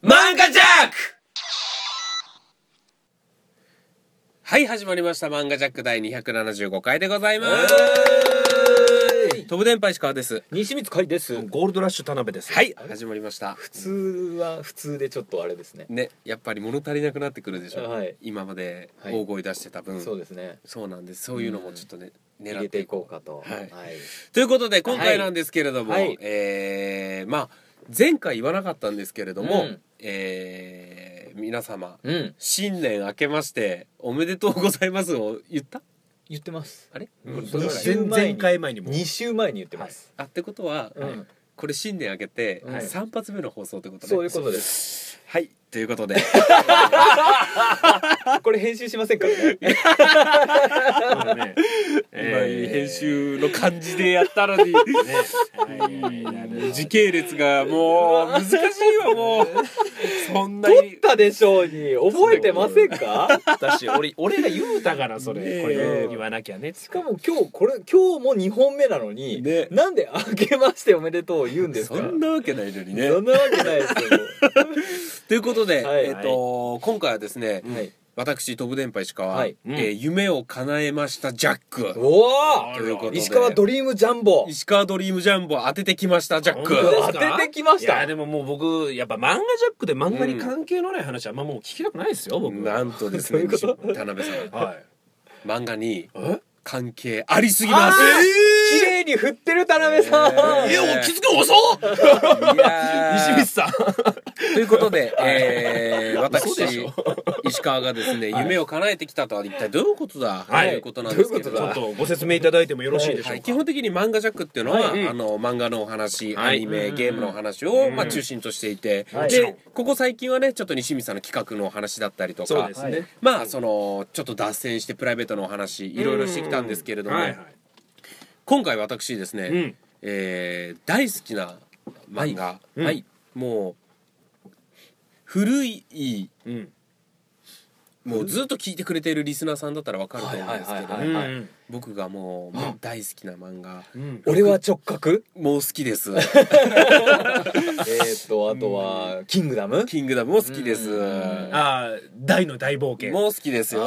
マンガジャックはい、始まりました。マンガジャック第275回でございます。飛ぶ電波石川です。西光海ですゴールドラッシュ田辺です。はい、始まりました。普通は普通でちょっとあれですねね、やっぱり物足りなくなってくるでしょ。はい今まではい大声出してた分、そうですねそうなんです。そういうのもちょっとね、入狙っれてていいこう。こうかとはいはいということで、今回なんですけれども、はいはいえー、まあ、前回言わなかったんですけれども、うんえー、皆様、うん新年明けましておめでとうございますを言った言ってますあれ、うんこれどれぐらいそ前う前回前にも。二週前に言ってますあってことは、うんはいこれ新年明けてはい三発目の放送ってことね、そういうことですはいとい うことでこれ編集しませんからねね。えー編集の感じでやったの に時系列がもう難しいわもうそんな 撮にったでしょうに覚えてませんか私俺俺が言う たからそねえれこれ言わなきゃ ね。しかも今日これ今日も二本目なのにねなんで「明けましておめでとう」を言うんですかそんなわけないのにねそんなわけないですということで、はいえっ、と今回はですね、よはい私飛ぶ電波石川、はいえーう夢を叶えましたジャックおあおらということで石川ドリームジャンボ石川ドリームジャンボ当ててきましたジャック本当ですか当ててきましたいやでももう僕やっぱ漫画ジャックで漫画に関係のない話はあんまもう聞きたくないですよ僕。なんとですねどういうこと西田辺さんはい。漫画にえ？関係ありすぎますあ綺麗に振ってる田辺さん、えーえお気づくの遅っ。いやー西光さん。ということで、えー、 嘘でし私ょ石川がですね夢を叶えてきたとは一体どういうことだとはいいうことなんですけれどどういうこもちとょだっとご説明いただいてもよろしいでしょはうい、か基。本的に漫画ジャックっていうのは、はいあの漫画のお話、はいアニメ、うんゲームのお話を、うんまあ、中心としていて、はいもちろでんここ最近はねちょっと西光さんの企画のお話だったりとそうかで、すはいね。まあそのちょっと脱線してプライベートのお話いろいろしてきたんですけれども、はいはい今回私ですね、うんえー大好きな漫画、うんはいもう古いうんもうずっと聞いてくれているリスナーさんだったらわかると思うんですけはいはいうんはどいうん僕がもうもう大好きな漫画うん。俺は直角もう好きです えーっとあとは「キングダム」キングダムも好きですうんああ大の大冒険。もう好きですよあ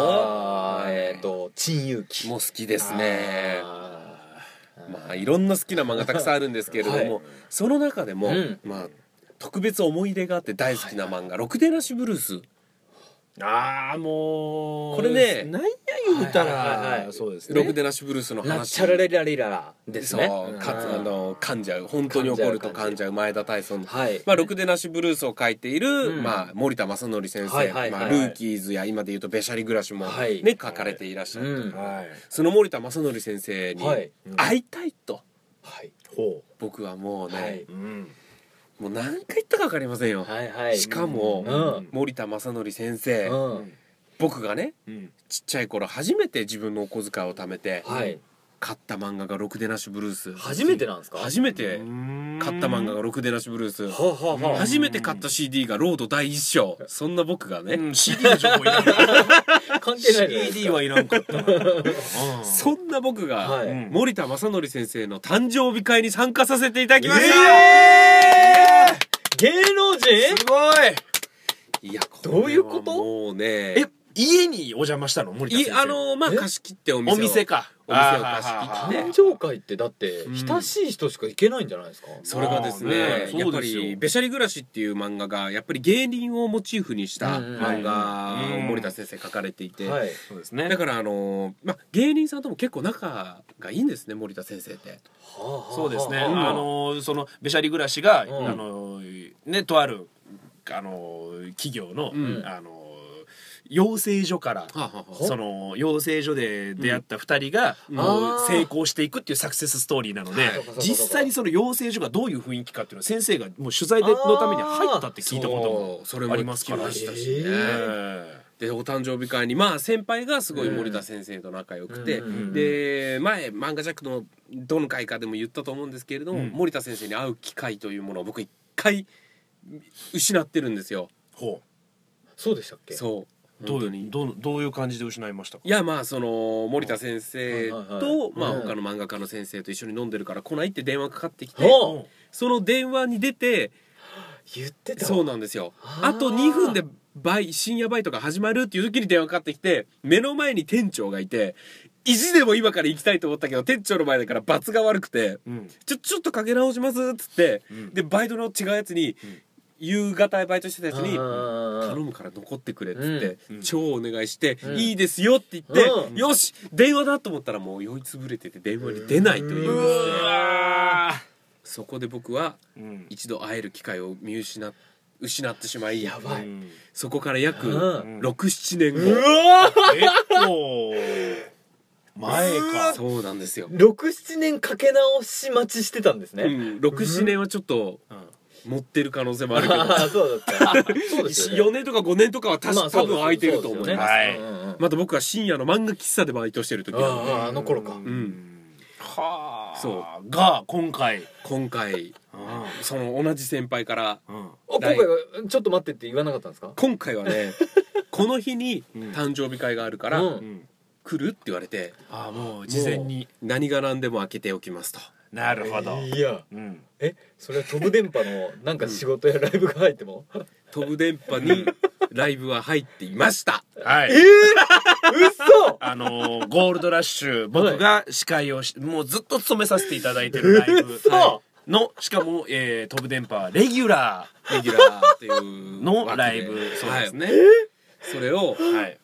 はーいえーっと「珍遊記」もう好きですねあまあいろんな好きな漫画たくさんあるんですけれども、はその中でも、うんまあ特別思い出があって大好きな漫画「ろくでなしブルース」ああもうこれねなんや言うたら、はいはいはいそうですろねくでなしブルースのーラッ話チャラレラレララですねそうかつうんあの噛んじゃう本当に怒ると噛んじゃう前田大尊のはいまあ、ろくでなしブルースを書いている、うんまあ、森田正則先生、はいはいはいまあ、ルーキーズや今でいうと「べしゃり暮らしも、ね」はい書かれていらっしゃる、うんはいその森田正則先生にはい会いたいと、はいほ僕はもうね、はい、ううんもう何回言ったか分かりませんよ、はいはいしかも、うん森田正則先生、うん僕がねうんちっちゃい頃初めて自分のお小遣いを貯めて、はい買った漫画が「ろくでなしブルース」初めてなんですか初めて買った漫画が「ろくでなしブルース」はあはあはあ初めて買った CD が「ロード第一章」そんな僕がね、うん CD の情報いらんかっ関係たないじゃないですか CD はいらんかったなそんな僕が、はいうん森田正則先生の誕生日会に参加させていただきました、えー芸能人すごいいやこれはどういうこともうねえ家にお邪魔したの森田い先生あのまあえ貸し切ってお店をお店かお店を貸し切ってあーはーはーは誕ー生会ってだってうん親しい人しか行けないんじゃないですか、それがですねまあねやっそぱうですより「べしゃり暮らし」っていう漫画がやっぱり芸人をモチーフにしたうんうん漫画をうん森田先生書かれていて、はいそうですねだからあのまあ芸人さんとも結構仲がいいんですね森田先生って。そうですね、はあはああのそのべしゃり暮らしが、うんあのねとあるあの企業の、うんあの養成所から、はあはあはあその養成所で出会った2人が、うんもあうー成功していくっていうサクセスストーリーなので、そうかそうか実際にその養成所がどういう雰囲気かっていうのは先生がもう取材でのために入ったって聞いたこともそうそれもありますから聞きましたしね、えーえでお誕生日会にまあ先輩がすごい森田先生と仲良くて、うんうんうんで前漫画ジャックのどの回かでも言ったと思うんですけれども、うん森田先生に会う機会というものを僕一回失ってるんですよ。ーほそうでしたっけそううどう本当いにうどうどういう感じで失いましたかいやまあその森田先生はいはいはといまあうん他の漫画家の先生と一緒に飲んでるから来ないって電話かかってきておその電話に出て言ってたそうななんですよあーあと2分でバイ深夜バイトが始まるっていう時に電話かかってきて目の前に店長がいて意地でも今から行きたいと思ったけど店長の前だから罰が悪くてうん「ちょちょっとかけ直します」っつってうんでバイトの違うやつに、うん夕方バイトしてたやつに「頼頼むから残ってくれ」っつって、うん超お願いして「うんいいですよ」って言って、うんよし電話だと思ったらもう酔いつぶれてて電話に出ないといううですねわそこで僕はーうん一度会える機会を見失っ失ってしまいやばいうんそこから約うん67年う後わ結構前かそうなんですよ、六七年かけ直し待ちしてたんですうね、ん、67年はちょっとうん持ってる可能性も ああるけどあそうだったそうですよね4年とか5年とかは確か多分空いてると思いまますすはいまた僕は深夜の漫画喫茶でバイトしてる時なのあああの頃かんはあそが今回今回うんその同じ先輩からうあ今回はちょっと待ってって言わなかったんですか今回 はねこの日に誕生日会があるから、うんん来るって言われてああもう事前に何が何でも開けておきますとなるほどいやうんえそれは飛ぶ電波のなんか仕事やライブが入っても、飛ぶ電波にライブは入っていましたはえいえー、嘘あのーゴールドラッシュ僕が司会をしもうずっと務めさせていただいてるラ イブ嘘のしかもえー飛ぶ電波レギュラレギュラーっていうの枠ライブそうですねはいそれをーはい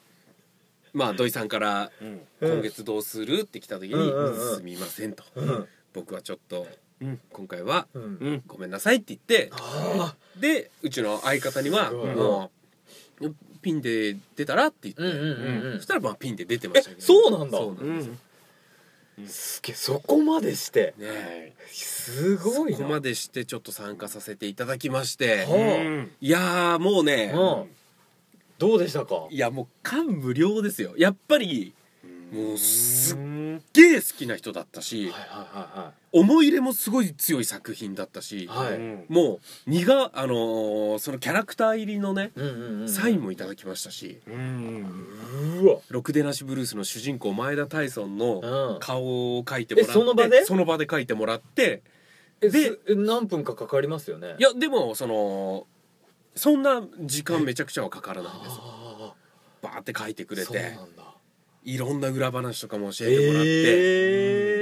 まあ土井さんからうん「今月どうする?」って来た時にうんうんうん「すみません」とうん「僕はちょっとうん今回はうんうんごめんなさい」って言ってあでうちの相方にはすごいもう「ピンで出たら?」って言うんうんってうんうんそしたらまあピンで出てましたけどえそうなんだそうなんですよすげえそこまでしてねえすごいそこなまでしてちょっと参加させていただきましてはうんいやーもうねうんどうでしたかいやもう感無量ですよやっぱりもうすっうんゲー好きな人だったはしいは思い入れもすごい強い作品だったしいはいはいはういんもう荷があのーそのキャラクター入りのねうんうんうんサインもいただきましたしうんうわ「ろくでなしブルース」の主人公前田大尊のうん顔を描いてもらってえその場でその場で描いてもらってえですえ何分かかかりますよねいやでもそのそんな時間めちゃくちゃはかからないですあバーって描いてーくれそうなてんだいろんな裏話とかも教えてもらって、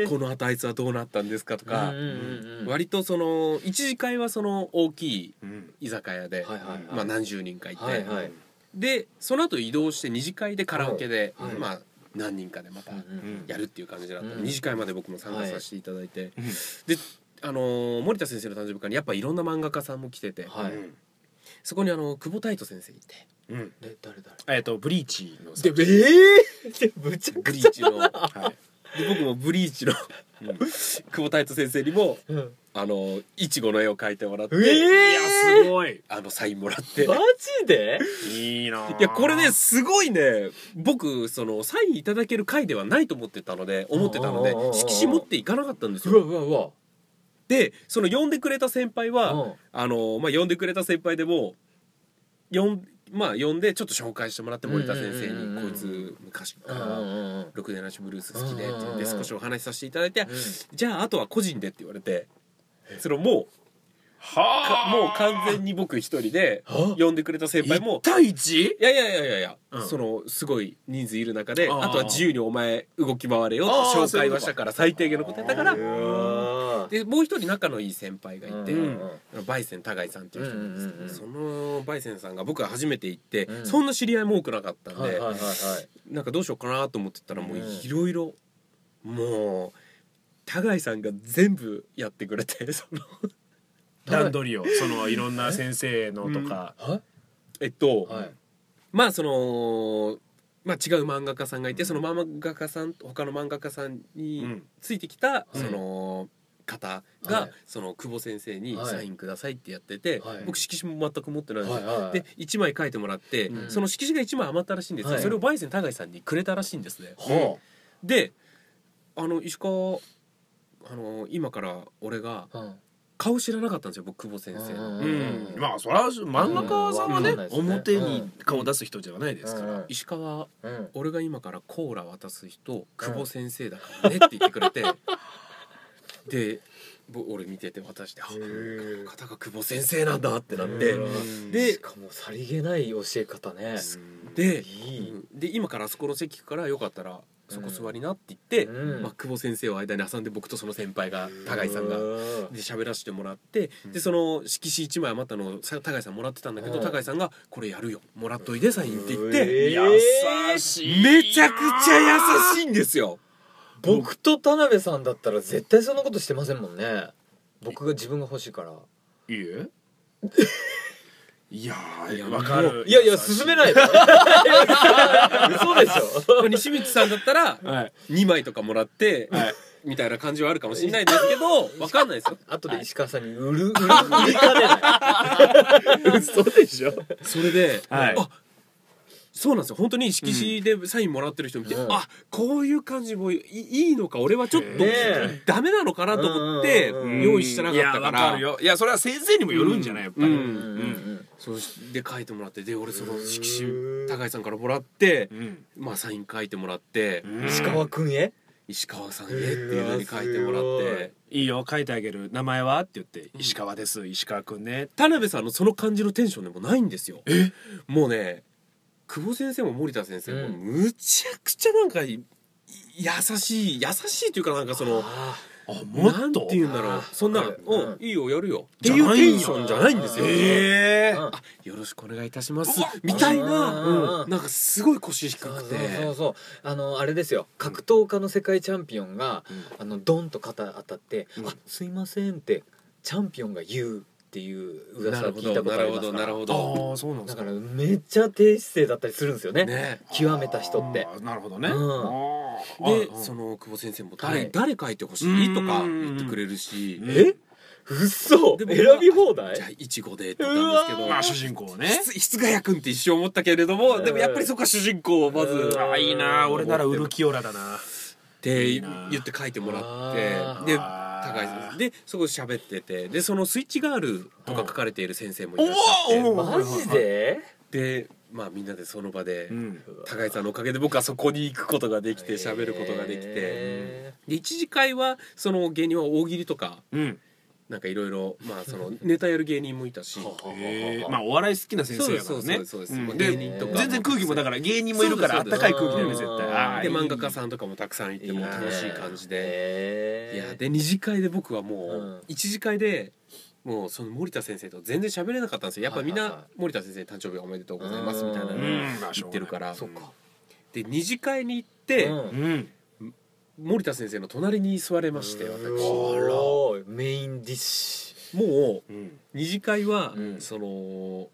えこの後あいつはどうなったんですかとうんか、うんうんうん割とその一次会はその大きいうん居酒屋で、はいはいはいまあ、何十人かいて、はいはいでその後移動して二次会でカラオケで、はいはいまあ、何人かでまたうんやるっていう感じだった、うん二次会まで僕も参加させていただいて、うんで、あのー森田先生の誕生日会にやっぱいろんな漫画家さんも来てて、はいそこに、あの久保太斗先生いてうんで誰誰えっとブリーチのでええー、でむちゃブくリちーチのではい僕もブリーチのうん久保太斗先生にも、ゃうんあのーいちごの絵を描いてもらって、ええいやすごいあのサインもらって。マジでいいないいやこれねすごいね僕そのサインいただける回ではないと思ってたので思ってたのでうんうんうんうん色紙持っていかなかったんですうわようわうわでその呼んでくれた先輩はうんあのまあ呼んでくれた先輩でも呼んまあ呼んでちょっと紹介してもらってうんうんう森ん田先生うんにこいつ昔かうんうらんうん「ろくでなしブルース好きで」うんうってんうん言って少しお話しさせていただいて「じゃああとは個人で」って言われてそのもうはかもう完全に僕一人であ呼んでくれた先輩も1対 1? いやいやいやいやいや、うんそのすごい人数いる中でああーとは自由にお前動き回れよあっーて紹そう介いうことはかしたから最低限のことやったからうわーでもう一人仲のいい先輩がいて、うんバイセン高井さんっていう人なんですけど、うんうんうんうんそのバイセンさんが僕が初めて行って、うんそんな知り合いも多くなかったんで、はいはいはいはいなんかどうしようかなと思ってたらもううんいろいろもう高井さんが全部やってくれてその段取りをそのいろんな先生のとか、はえっと、はいまあそのまあ違う漫画家さんがいて、その漫画家さん他の漫画家さんについてきた、うんその方が、はいその久保先生にはいサインくださいってやってて、はい僕色紙も全く持ってないんですよ。はいはいで1枚書いてもらって、うんその色紙が1枚余ったらしいんですよ、はいそれをバイセン高井さんにくれたらしいんですね。ほであの石川あの今から俺がうん顔知らなかったんですよ僕久保先生の。うううんんまあそれは漫画家さんはね,、うんわかんないですね表に顔出す人じゃないですから、石川うん俺が今からコ ーラ渡す人久保先生だからねって言ってくれて、でぼ俺見てて渡してあへえ片が久保先生なんだってなっへてえでしかもさりげない教え方ねでいいうんで今からあそこの席からよかったらそこ座りなって言って、うんまあ、久保先生を間に挟んで僕とその先輩が高井さんがうんで喋らせてもらって、でその色紙1枚余ったのをさ高井さんもらってたんだけど、うん高井さんが「これやるよもらっといでサイン」って言っえて、ー優しいめちゃくちゃ優しいんで すよ僕と田辺さんだったら絶対そんなことしてませんもんね僕が自分が欲しいからいいえいやーいやわかるいやいや進め ないよ嘘でしょまあ西光さんだったらはい2枚とかもらって、はいみたいな感じはあるかもしれないですけど分かんないですよ後で石川さんに売 る売る売りかねない嘘でしょそれで、はいあそうなんですよ本当に色紙でサインもらってる人見て、うんあこういう感じもいいいのか俺はちょっとねえダメなのかなと思ってうんうんうん用意してなかったかいやわら、かるよいやそれは先生にもよるんじゃないやっぱり、うんうんうんそうで書いてもらってで俺その色うん紙高井さんからもらってう、んまあ、サイン書いてもらって、うん石川君へ石川さんへっていうのに書いてもらうわっすごていいいよ書いてあげる名前はって言って石川です石川くんね田辺さんのその感じのテンションでもないんですよもうね久保先生も森田先生もうんむちゃくちゃなんかい優しい優しいというかなんかそのああもなっんとていうんだろあうーそんなわかるうんうんいいよやるよってじゃいうないテんよンションじゃないんですよええーよろしくお願いいたしますうわみたいうんうんなううんんなんかすごい腰低そうくそうてそうそうあのあれですよ格闘家の世界チャンピオンが、あのドンと肩当たって「うんあすいません」ってチャンピオンが言うっていうな噂るをほ聞いたどことあなるりほますどかなるらほどああそうなんでだすかからめっちゃ低姿勢だったりするんですよねね極めた人ってあーなるほどね、うんであーその久保先生もは誰い誰書いてほしいとかうん言ってくれるしうんえ嘘で選僕び放題じゃあいちごでって言ったんですけうどわーまあ主人公ねひつがやくんって一生思ったけれども、でもやっぱりそこは主人公をまず、うんああーーいいいいななーー俺俺ならならウウルルっキオラだなていな言って書いてもらあっーてであー高井でそこで喋っててでそのスイッチガールとか書かれている先生もいおらっしゃっおマジでてでまあみんなでその場で、うん高井さんのおかげで僕はそこに行くことができて喋ることができて、へで一次会はその芸人は大喜利とかうんなんかいろいろまあそのネタやる芸人もいたし。ーえーまあお笑い好きな先生だからそうねですそうですそうですうん芸で人とか全然空気もだから芸人もいるからそあっうですそうたですかい空気だよね絶対あーでいい漫画家さんとかもたくさんいてもう楽しい感じでいでやで二次会で僕はうんもう一次会でもうその森田先生と全然喋れなかったんですよやっぱみんはいはいはな森田先生誕生日おめでとうございますみたいなのう言んまあしょうがないってるからそっかで二次会に行ってうんうん森田先生の隣に座れまして私おーメインディッシもううん二次会はうんその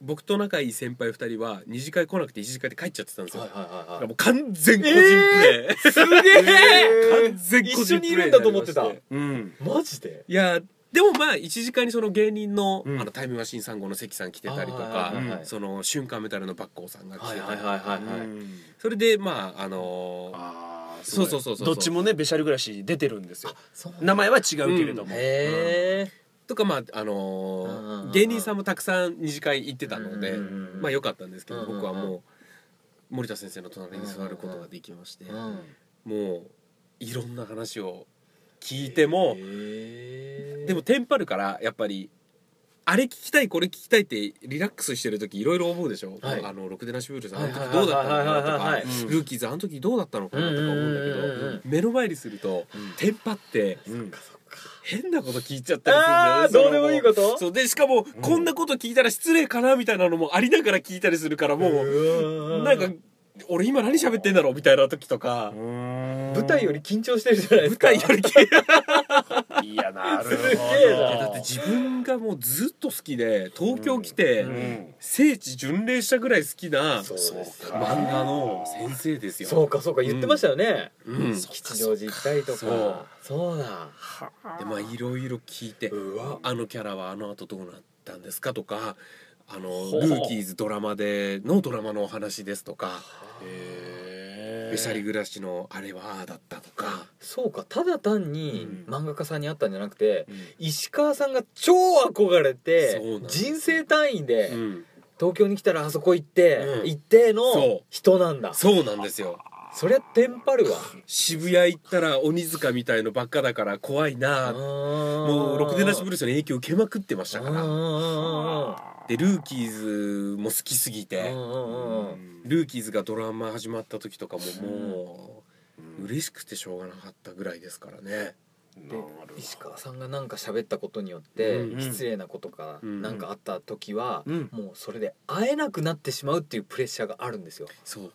僕と仲いい先輩二人は二次会来なくて一次会で帰っちゃってたんですュよはいだかはいはいらはもう完全個人プレイいすげえ完全個一緒人プレイになりましてにいるんだと思ってたうんマジでいやでもまあ1時間にその芸人の,、うんあのタイムマシーン3号の関さん来てたりとあかーはいはいはいその瞬間メタルのバッコーさんが来はていたはり、いはいはういはいんそれでまああのーあーそうそうそうそうどっちもねべしゃり暮らし出てるんですよそうなんだ名前は違うけれども、へえとかまああうんうんうんうのーん芸人さんもたくさん二次会行ってたので、うんうんうんまあ良かったんですけど、うんうんうん僕はもう森田先生の隣に座ることができまして、うんもういろんな話を聞いても、へーでもテンパるからやっぱりあれ聞きたいこれ聞きたいってリラックスしてる時いろいろ思うでしょ、はいあのろくでなしブルーさんあはのいはい時どうだったのかなとはいはいはいはいかはいルーキーズあの時どうだったのかなとか思うんだけど、うんうんうんうん目の前にすると、テンパってうん変なこと聞いちゃったりするんだよあねーそのどうでもいいことそうでしかも、こんなこと聞いたら失礼かなみたいなのもありながら聞いたりするからもう、うなんか俺今何喋ってんだろうみたいな時とか、舞台より緊張してるじゃないです舞か 台より聞いたいやなるほどすげえなだって自分がもうずっと好きで東京来て、うんうん聖地巡礼したぐらい好きなそうそうか漫画の先生ですよ。そうかそうか言ってましたよねうん、で吉祥寺行ったりとそうかそうだまあいろいろ聞いてうわあのキャラはあの後どうなったんですかとかあのうルーキーズドラマでのドラマのお話ですとかへべしゃり暮らしのあれはああだったとかそうかただ単にうん漫画家さんに会ったんじゃなくてうん石川さんが超憧れてそうなんです人生単位でうん東京に来たらあそこ行ってうん行ってそのう人なんだそうなんですよそりゃテンパるわ渋谷行ったら鬼塚みたいのばっかだから怖いなぁももうろくでなしブルルースの影響受けまくってましただかかららうでルーキーズも好きすぎてんうんうんルーキーズがドラマ始まった時とかももう嬉しくてしょうがなかったぐらいですからねで石川さんがなんか喋ったことによって、うん失礼なことか、うんなんかあった時は、うんもうそれで会えなくなってしまうっていうプレッシャーがあるんですよ。そう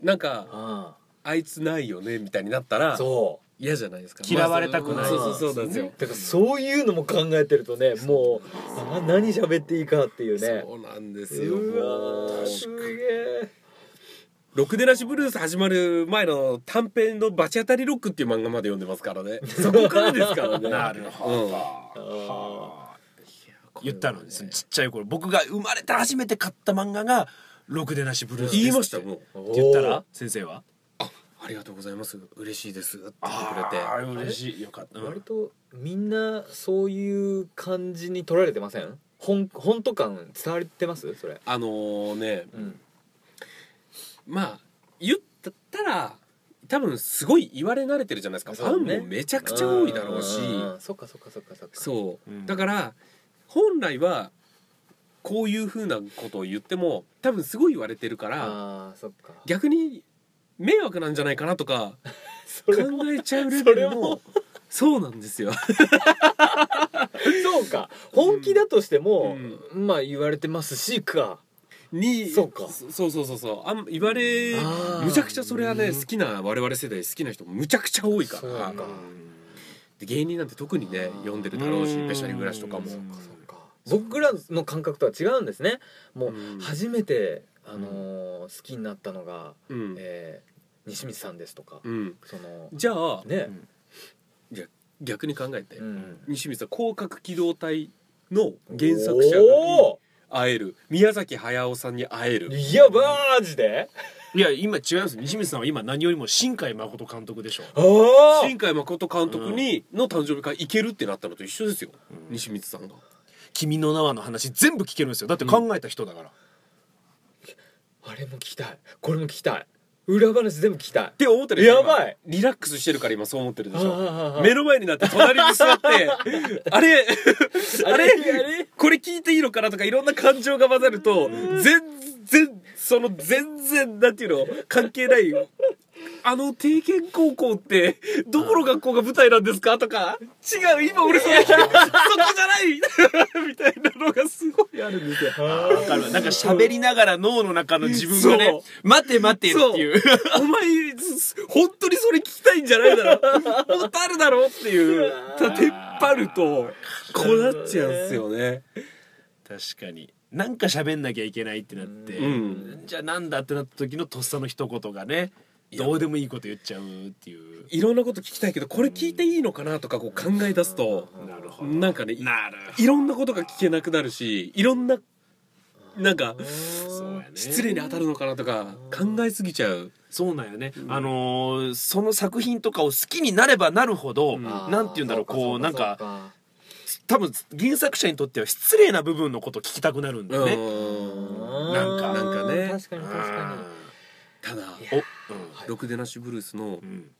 なんかああいつないよねみたいになったらそ嫌じゃないですか嫌われたくないまあそうそうそうなんですようだからそういうのも考えてるとねもうあ何喋っていいかっていうね。そうなんですようもわーうすげえろくでなしブルース始まる前の短編の「バチ当たりロック」っていう漫画まで読んでますからねそこからですからねなるほど、うんはあ言ったのにそのちっちゃい頃僕が生まれて初めて買った漫画が「ろくでなしブルース」言いましたもんって言ったら先生はありがとうございます嬉しいですって言ってくれてああ嬉しいよかった、うん割とみんなそういう感じに取られてません本本当感伝わってますそれ、あのーねうん、まあ言ったら多分すごい言われ慣れてるじゃないですか、フそァうねンもめちゃくちゃ多いだろうしんんそっかそっかそっかそっかそう、うんだから本来はこういうふうなことを言っても多分すごい言われてるからあーそっか逆に迷惑なんじゃないかなとかそ考れもえちゃうレベルそれものそうなんですよそうか本気だとしても、うまあ言われてますしかにそうかそそうそうそうそうあん言われあーむちゃくちゃそれはねうん好きな我々世代好きな人もむちゃくちゃ多いかそうらかで芸人なんて特にねあー読んでるだろうしう「んペシャリ暮らし」とかもうそんうかそうか僕らの感覚とは違うんですねもううん初めて、あのー好きになったのが、うんえー西光さんですとか、うんそのじゃあね、逆に考えてうん西光さん「広角機動隊」の原作者にお会える宮崎駿さんに会えーるいやマジでいや今違います西水さんは今何よりも新海誠監督でしょ、ああ新海誠監督にの誕生日会行けるってなったのと一緒ですよ西光さんが君の名はの話全部聞けるんですよだって考えた人だから、あれも聞きたいこれも聞きたい裏話全部聞きたいって思ってるでしょやばい今リラックスしてるから今そう思ってるでしあーあーあょー目の前になって隣に 座ってあれあれあれこれ聞いていいのかなとかいろんな感情が混ざると全然その全然なんていうの関係ないあの定見高校ってどこの学校が舞台なんですかとか違う今俺それ聞いてるそこじゃないみたい なのがすごいあるんですよ。わかるわなんか喋りながら脳の中の自分がそねう待て待てっていうお前す本当にそれ聞きたいんじゃないだ ろもっとあるだろっていうたてっぱるとこうなっちゃうんですよね確かになんか喋んなきゃいけないってなって、うじゃあなんだってなった時のとっさの一言がねどうでもいいこと言っちゃうっていういろんなこと聞きたいけどこれ聞いていいのかなとかこう考え出すとなるほどなんかねいなるいろんなことが聞けなくなるしいろんななんかそうやね失礼に当たるのかなとか考えすぎちゃうそうなんよね、あのーその作品とかを好きになればなるほど、うんなんて言うんだろうこうなんかか多分原作者にとっては失礼な部分のことを聞きたくなるんだよね、うんなんかなんかね確かに確かただにいやお、うん「ろくでなしブルース」のうん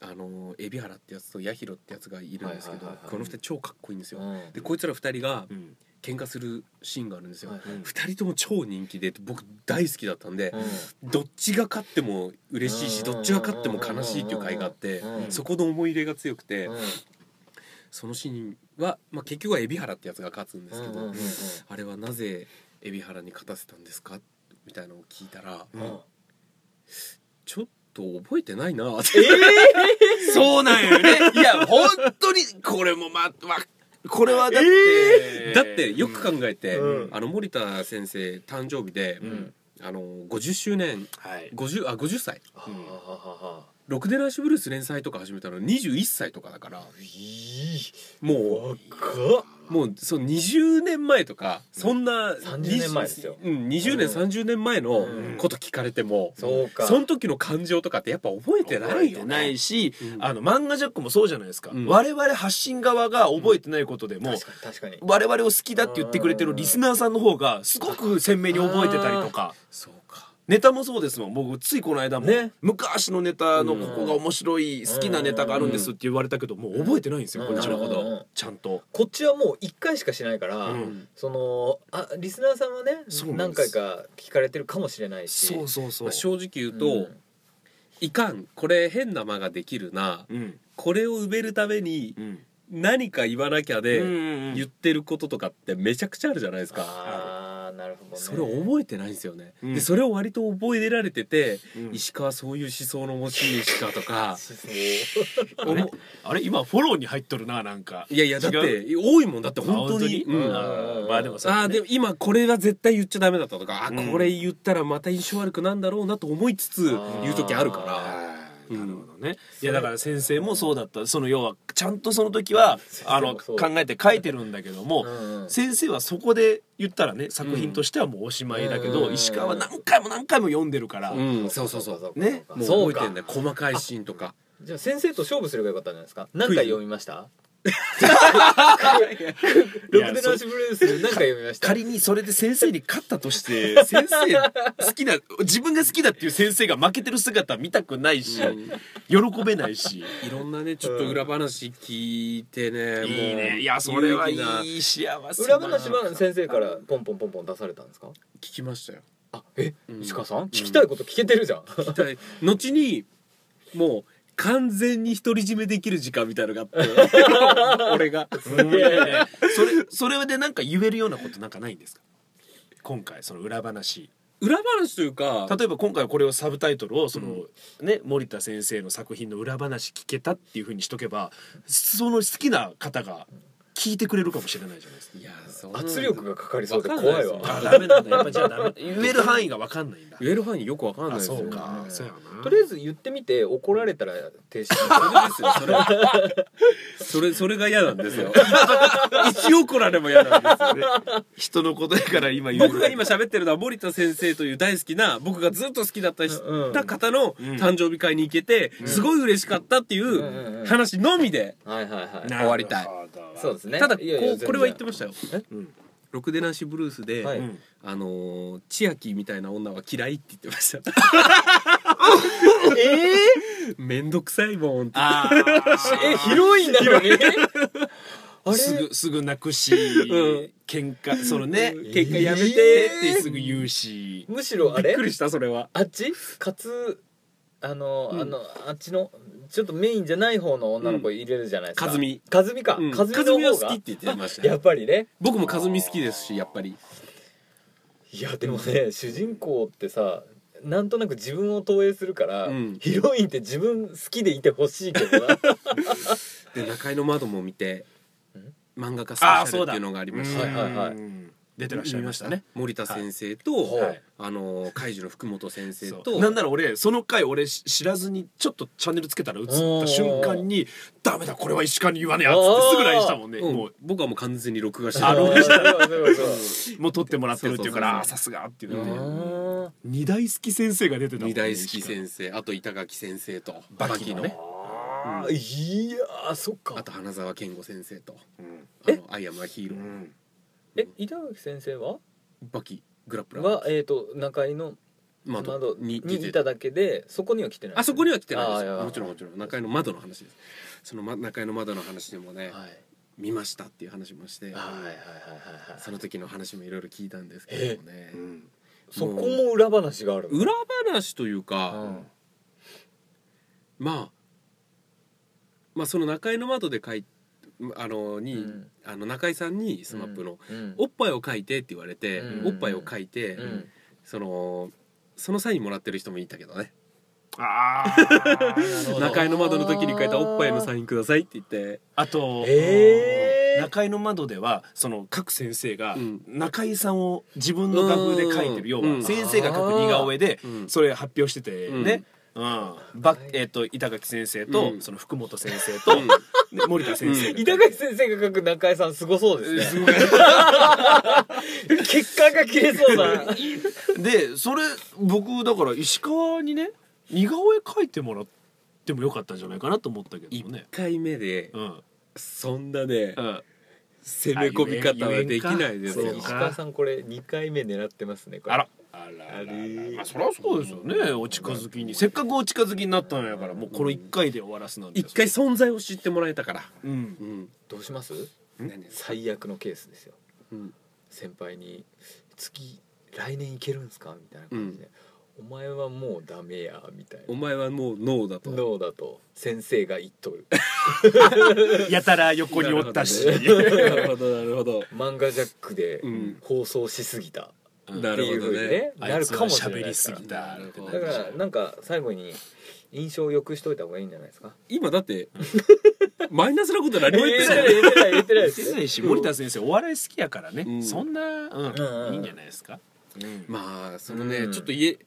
あの海老原ってやつと八弘ってやつがいるんですけどはいはいはいはいこの二人超かっこいいんですようんでこいつら二人がうん喧嘩するシーンがあるんですよ、はいうん二人とも超人気で僕大好きだったんで、どっちが勝っても嬉しいしうんどっちが勝っても悲しいっていう回があってうんそこの思い入れが強くてうんそのシーンは、まあ、結局は海老原ってやつが勝つんですけうんうんうんどうんあれはなぜ海老原に勝たせたんですかみたいなのを聞いたらうんうんちょっと覚えてないなってえーそうなんよねいや本当にこれもまわこれはだって、だってよく考えて、うんあの森田先生誕生日で、うんあの50周年はい50あ50歳はははは「ろくでなしブルース」連載とか始めたの21歳とかだからいいも若っうもうそう20年前とかそんな30年前ですよ20うん、20年30年前のうんこと聞かれても、そうかその時の感情とかってやっぱ覚えてな覚えいよてねないし、うんあの漫画ジャックもそうじゃないですか、うん我々発信側が覚えてないことでも、確かに確かに我々を好きだって言ってくれてるリスナーさんの方がすごく鮮明に覚えてたりとかそうかネタもそうですもん僕ついこの間も、ね昔のネタのここが面白い好きなネタがあるんですって言われたけどもう覚えてないんですようこんっちのこうんうんとちゃんと。こっちはもう1回しかしないから、うんそのあリスナーさんはねそうなん何で回すか聞かれてるかもしれないしそうそうそまうあ、正直言うと、うんいかんこれ変な間ができるなうんこれを埋めるためにうん何か言わなきゃうんでうんうん言ってることとかってめちゃくちゃあるじゃないですか、あーなるほど、ね、それを覚えてないんですよね、うんでそれを割と覚えられてて、うん石川そういう思想の持ち主かとかあれあれ今フォローに入っとるななんかいやいやだって多いもんだって本当にあ本うんあーまあでもあさーでも今これは絶対言っちゃダメだったとか、あうんこれ言ったらまた印象悪くなんだろうなと思いつつー言う時あるからはいうんなるほどね、いやだから先生もそうだったその要はちゃんとその時は生あのもそ考うえて書いてるんだけども、うんうん先生はそこで言ったらね作品としてはもうおしまいだけど、うん石川は何回も何回も読んでるから、うんそうそうそうかねかもそうう覚えてんだかよ細かいシーンとかじゃあ先生と勝負すればよかったんじゃないですか何回読みましたいろやくでなしブルース何回読みました仮にそれで先生に勝ったとして先生好きな自分が好きだっていう先生が負けてる姿見たくないし、喜べないし。いろんなねちょっと裏話聞いてね、もういいねいやそれはい有益ない幸せだな裏話は先生からポンポンポンポン出されたんですか聞きましたよあえうん石川さん聞きたいこと聞けてるじゃん聞きたい後にもう完全に独り占めできる時間みたいなのがあって俺がすげえ それそれでなんか言えるようなことなんかないんですか今回その裏話裏話というか例えば今回これをサブタイトルをその、ね森田先生の作品の裏話聞けたっていうふうにしとけばその好きな方が聞いてくれるかもしれないじゃないですかいやそんな圧力がかかりそうわでかんな怖いですわあダメなんだ やっぱじゃ あダメ言える範囲が分かんないんだ言える範囲よくわかんないあですよそうか、うんそうやなとりあえず言ってみて怒られたら停止それですよそれそれそれが嫌なんですよ 一怒られも嫌なんですよ人の答えから今言う僕が 今喋ってるのは森田先生という大好きな僕がずっと好きだったしうんた方の誕生日会に行けてうんすごい嬉しかったっていんうんううん話のみではいはいはい終わりたいそうですねただこいやいや全う然これは言ってましたよえうん「ろくでなしブルース」ではいうんあのー千秋みたいな女は嫌いって言ってましたえめんどくさいもんってあーえ広いんだのに あれすぐすぐ泣くし、ん喧嘩そのねうん喧嘩やめてってすぐ言うし、むしろあびっれくりしたそれはあっちかつあの、うんあのあっちのちょっとメインじゃない方の女の子入れるじゃないですか、うん和美かずみか、うんかずみのは方好がきって言ってましたやっよぱりね僕も和美好きですしやっぱりいやでもね主人公ってさなんとなく自分を投影するから、うんヒロインって自分好きでいてほしいけど なで中井の窓も見てん漫画家スペシャルっていうのがありましあーそうただはいはいはいうん出てらっしゃいましたね。森田先生と、はいあの怪獣の福本先生そとうなんなら俺その回俺し知らずにちょっとチャンネルつけたら映った瞬間に「ダメだこれは石川に言わねえや」つってすぐ LINE したもんね、うんもう僕はもう完全に録画してあ録画しそうそうもう撮ってもらってるっていうかそうら「あそうそうそうさすが」っていうそうのであ二大好き先生が出てたもん二ね大好き先生あと板垣先生とバキのねーあーいやーそっバキのあかと花沢健吾先生とうんあのアイアムアヒーうロー、んえ板垣先生はバキグラップラーはえっ、と中井の窓窓にに出ていただけでそこには来てないあそこには来てないですあーいやよもちろんもちろん中井の窓の話ですその、ま、中井の窓の話でもね、はい見ましたっていう話もしてはいはいはいはいはいその時の話もいろいろ聞いたんですけどもね、うんそこも裏話がある裏話といううか、んまあまあその中井の窓で書いあのに、うんあの中井さんにスマップの、うんおっぱいを書いて」って言われて、うんおっぱいを書いて、うんそのそのサインもらってる人もいたけどねあーなるほど中井の窓の時に書いた「おっぱいのサインください」って言ってあと、えー中井の窓ではその各先生がうん中井さんを自分の画風で描いてるよううんな先生が描く似顔絵でうんそれ発表しててね、うんばえっと板垣先生と、うんその福本先生と、うんね森田先生が板垣先生が書く中井さんすごそうですね血管が切れそうなでそれ僕だから石川にね似顔絵描いてもらってもよかったんじゃないかなと思ったけども1ね。回目でうんそんなねうん攻め込み方はできないですそよう石川さんこれ二回目狙ってますねこれあらあらあらられまあそりゃそうですよねお近づきにせっかくお近づきになったのやからもうこれ一回で終わらすなんて一回存在を知ってもらえたからうんうんどうします何です最悪のケースですようん先輩に「次来年行けるんすか?」みたいな感じで「お前はもうダメや」みたいおな前はもうノーだ「とノーだと先生が言っと るやたら横におったし なるほどなるほど漫画ジャックでうん放送しすぎた」うんなっるてほいうふどうにねねなあいるつかはもしれない喋でりすすかぎたなるほらどだからなんか最後に印象を良くしといた方がいいんじゃないですか今だってマイナスなこと何も言ってない言ってない言ってない言って言ってないないし森田先生お笑い好きやからね、うんそんな、うんうんうんいいんじゃないですか、うんまあそのね、うんちょっと家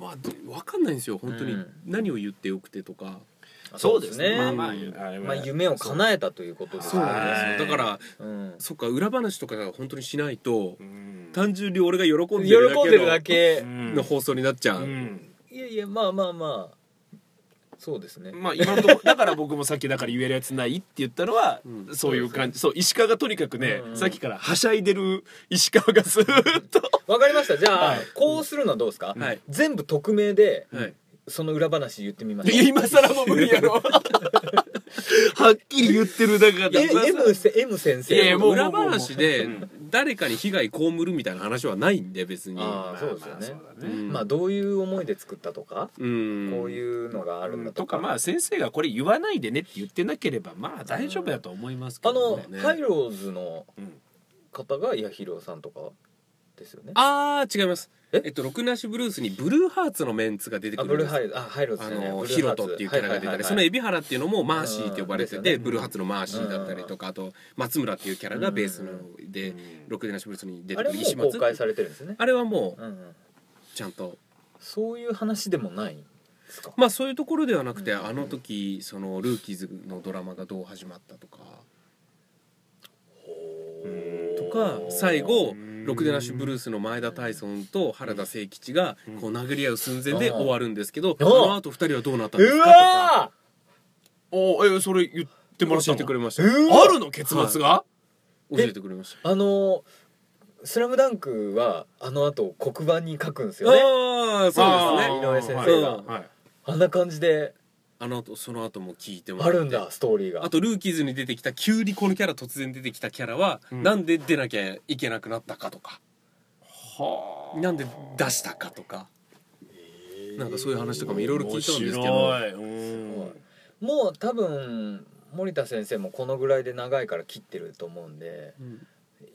まあ、まあ、分かんないんですよ本当にうん何を言ってよくてとか、そうですねまあままあまああまあ夢を叶えたということですそうよなんですよはいだからうんそっか裏話とかが本当にしないとうん単純に俺が喜んで喜るだけのんでるだけうんの放送になっちゃうう、んいやいやまあまあまあそうですねまあ今のとこ だから僕もさっきだから言えるやつないって言ったのは、うんそういう感じそう石川がとにかくね、うんさっきからはしゃいでる石川がずーっとわかりましたじゃあ、はいこうするのはどうですか、はい全部匿名ではいその裏話言ってみまいしやょう今更もう無理やろはっきり言ってるだからえ M, せ M 先 い生やいやもうもう裏話でもうもう誰かに被害被るみたいな話はないんで別にあーそうですよねまあまあそうだうんまあどういう思いで作ったとか、うんこういうのがあるんだととか,、かまあ先生がこれ言わないでねって言ってなければまあ大丈夫だと思いますけあの、どね。ねハイローズのうん方が八尋さんとかですよねあー違いますええっとろくなしブルースにブルーハーツのメンツが出てくあるブんルーですハイあハイローズあですよねのブルーヒロハートツっていうキャラが出たりその海老原っていうのもマーシーって呼ばれてうてんブルーハーツのマーシーだったりとかあと松村っていうキャラがベースのうでん「ロックデナシブルース」に出あてれくるは石もう松公開されてるんですね、あれはもうんうん、うちゃんとそういう話でもないんですかまあそういうところではなくてうんあの時そのルーキーズのドラマがどう始まったとかとか最後うんロクデナッシュブルースの前田大孫と原田誠吉がうんこう殴り合う寸前で終わるんですけどうあんのあと2人はどうなったんですうかとかわおえそれ言ってもらった教えのてくれましたーうわあるの結末が、教えてくれましたあの「スラムダンクはあのあと黒板に書くんですよねああそそううでですすねね井上先生がはいはいあんな感じであの後その後も聞いてもらあってるんだストーリーがあとルーキーズに出てきた急にこのキャラ突然出てきたキャラは、うんなんで出なきゃいけなくなったかとかはあなんで出したかとかなんかそういう話とかもいろいろ聞いたんですけど面白いうんもう多分森田先生もこのぐらいで長いから切ってると思うんでうん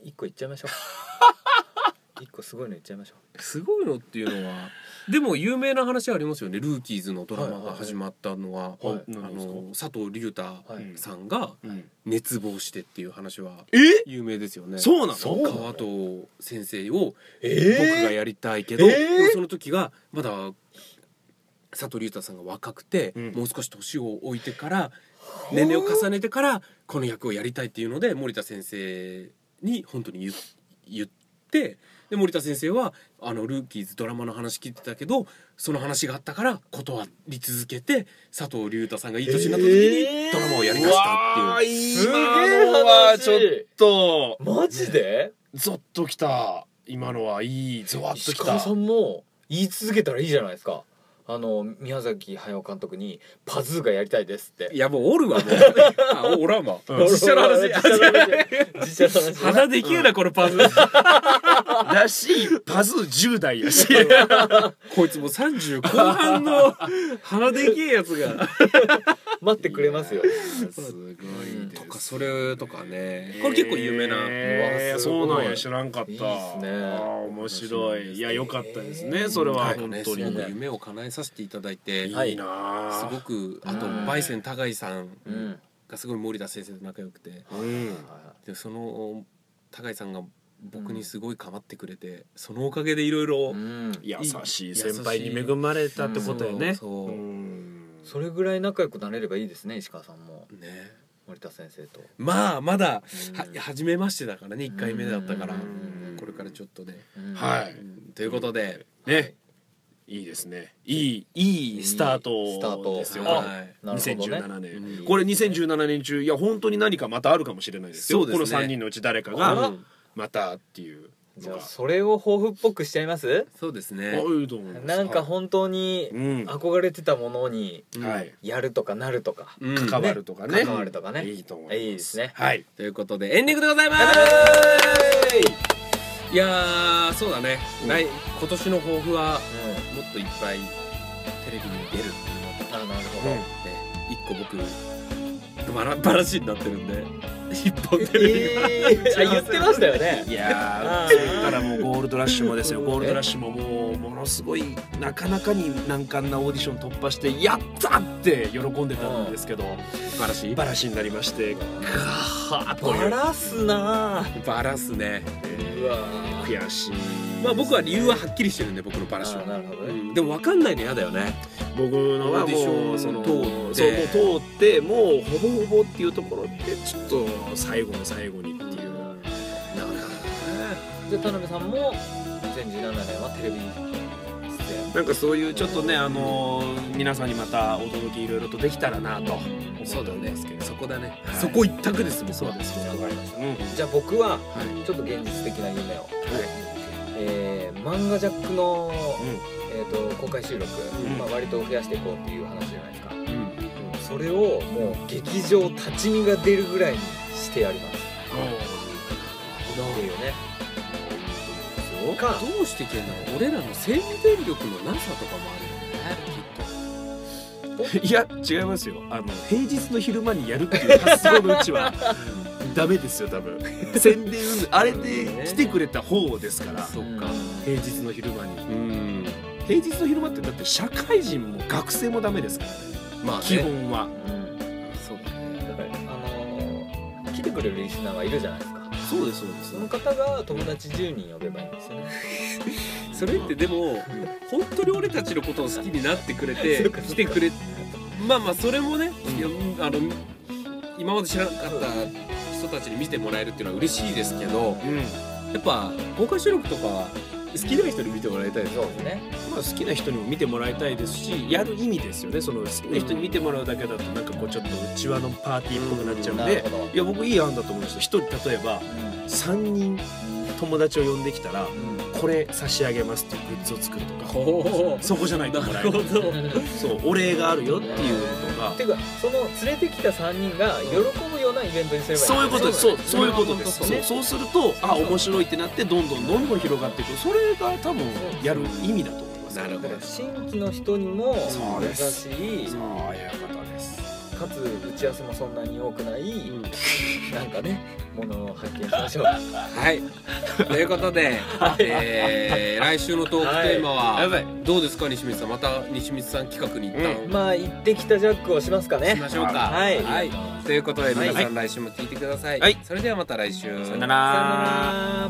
一個いっちゃいましょ う一個すごいのいっちゃいましょすごいのっていうのはでも有名な話ありますよねルーキーズのドラマが始まったのは、はいはいはいあの佐藤隆太はいさんがうん熱望してっていう話はえ有名ですよね。そうなのそう川藤先生をう僕がええやりたいけど、えーでもその時がまだ佐藤隆太さんが若くて、うんもう少し年を置いてから年齢を重ねてからこの役をやりたいっていうので森田先生に本当に言う言ってで森田先生はあのルーキーズドラマの話聞いてたけどその話があったから断り続けて佐藤隆太さんがいい年になった時えーにドラマをやりだしたわっあていう。今すげえのは話ちょっとマジでゾッときた今のはいいゾワッと石き川たさんも言い続けたらいいじゃないですかあの宮崎駿監督に「パズーがやりたいです」っていやもうおる わもうあおおらんわうん実写の話実写の 話実写の話鼻でけえなこのパズルだしパズー10代や しこいつもう30後半の鼻でけえやつが 待ってくれますよすごいでとすかそれとかねこれ結構有名な、えうわー、すごいそうなんや知らんかったいいっすねあー面白いいや良かったですね、それははい本ね当すに、ごくね夢を叶えさせていただいて、はいいいなあすごくあとうんバイセン高井さんうんがすごい森田先生と仲良くてうんでその高井さんが僕にすごい構ってくれてそのおかげでいろいろうん優しい先輩に恵まれたってことよねそうそううんそれぐらい仲良くなれればいいですね石川さんもね森田先生とまあまだはうん初めましてだからね1回目だったからうんこれからちょっとね、うんうはいんということでねいいですねいいいいスタスターートトですよあこれはいなるほどね2017年、うんこれ2017年中いや本当に何かまたあるかもしれないですよそうですねこの3人のうち誰かあがらまたっていうじゃのあがそれを抱負っぽくしちゃいますそうですあねいうと思いますなんか本当にうん憧れてたものにうんはいやるとかなるとかうん関わるとかね関わるとかねいいと思いますいいですねはいということでエンディングでございますいやーそうだね、うん来今年の抱負はうもっといっぱいテレビに出るっていうのとんあなるほうどんね一個僕バラ バラシになってるんで一本テレビが、えー あ言ってましたよねいあやーーそれからもうゴールドラッシュもですよゴールドラッシュももうものすごいなかなかに難関なオーディション突破してやったって喜んでたんですけどバラシバラシになりましてガーッといバうラすなあバラすねうわあ悔しいまあ僕は理由ははっきりしてるんで僕のバラシあなは、るほどうねん、でも分かんないの嫌だよね僕のはオーディションもうその通そうもってう通ってもうほぼほぼっていうところでちょっと最後の最後にっていうなんかじゃあ田辺さんも2017年はテレビ出演なんかそういうちょっとねあのー皆さんにまたお届けいろいろとできたらなと思っておりますけれどそこだね、はいそこ一択です僕そはうですねわかりましたうんじゃあ僕ははいちょっと現実的な夢を、えー漫画ジャックの、えー、と公開収録、うんまあ、割と増やしていこうっていう話じゃないですか、うんそれをもう劇場立ち見が出るぐらいにしてやりますっていうねかどうしていけんだろう俺らの生命力のなさとかもあいや違いますよあの平日の昼間にやるっていう発想のうちはダメですよ多分宣伝運動あれで来てくれた方ですからるよねきっと平日の昼間にうん平日の昼間ってだって社会人も学生もダメですからねまあ基ね本はうんそうだねだからあのー来てくれるリスナーはいるじゃないですかそうですそうでその方が友達10人呼べばいいんですよねそれってでも本当に俺たちのことを好きになってくれてそうかそうか来てくれまあまあそれもね、うんいやあの今まで知らなかった人たちに見てもらえるっていうのは嬉しいですけどうんやっぱ公開収録とかは好きな人に見てもらいたいですそうですねまあ、好きな人にも見てもらいたいですしやる意味ですよねその好きな人に見てもらうだけだとなんかこうちょっと内輪のパーティーっぽくなっちゃうんなで、るほどいや僕いい案だと思いました一人例えば3人友達を呼んできたらこれ差し上げますっていうグッズを作るとかおーそこじゃないともらえるどそうお礼があるよっていうのとかていうかその連れてきた3人が喜ぶようなイベントにすればいいそういうことですそうそういうことでそうそすうそうそうするとあ面白いってなってどんどんどんどん広がっていくそれが多分やる意味だと思いますなるほだどから新規の人にもそう優ですしいそういうことですかつ打ち合わせもそんなに多くない、んなんかねものを発見しましょう はい ということで、えー来週のトークテーマは、やばいどうですか西光さんまた西光さん企画に行ったん、まあ行ってきたジャックをしますかねしましょうかはいはいということで皆さん来週も聞いてください、はいそれではまた来週さよなら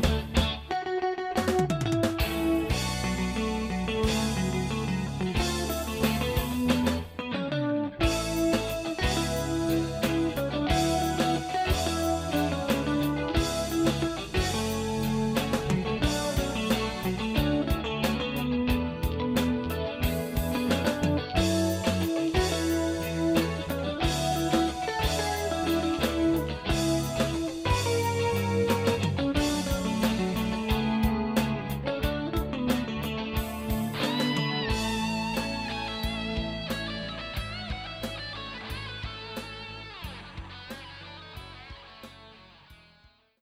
さよなら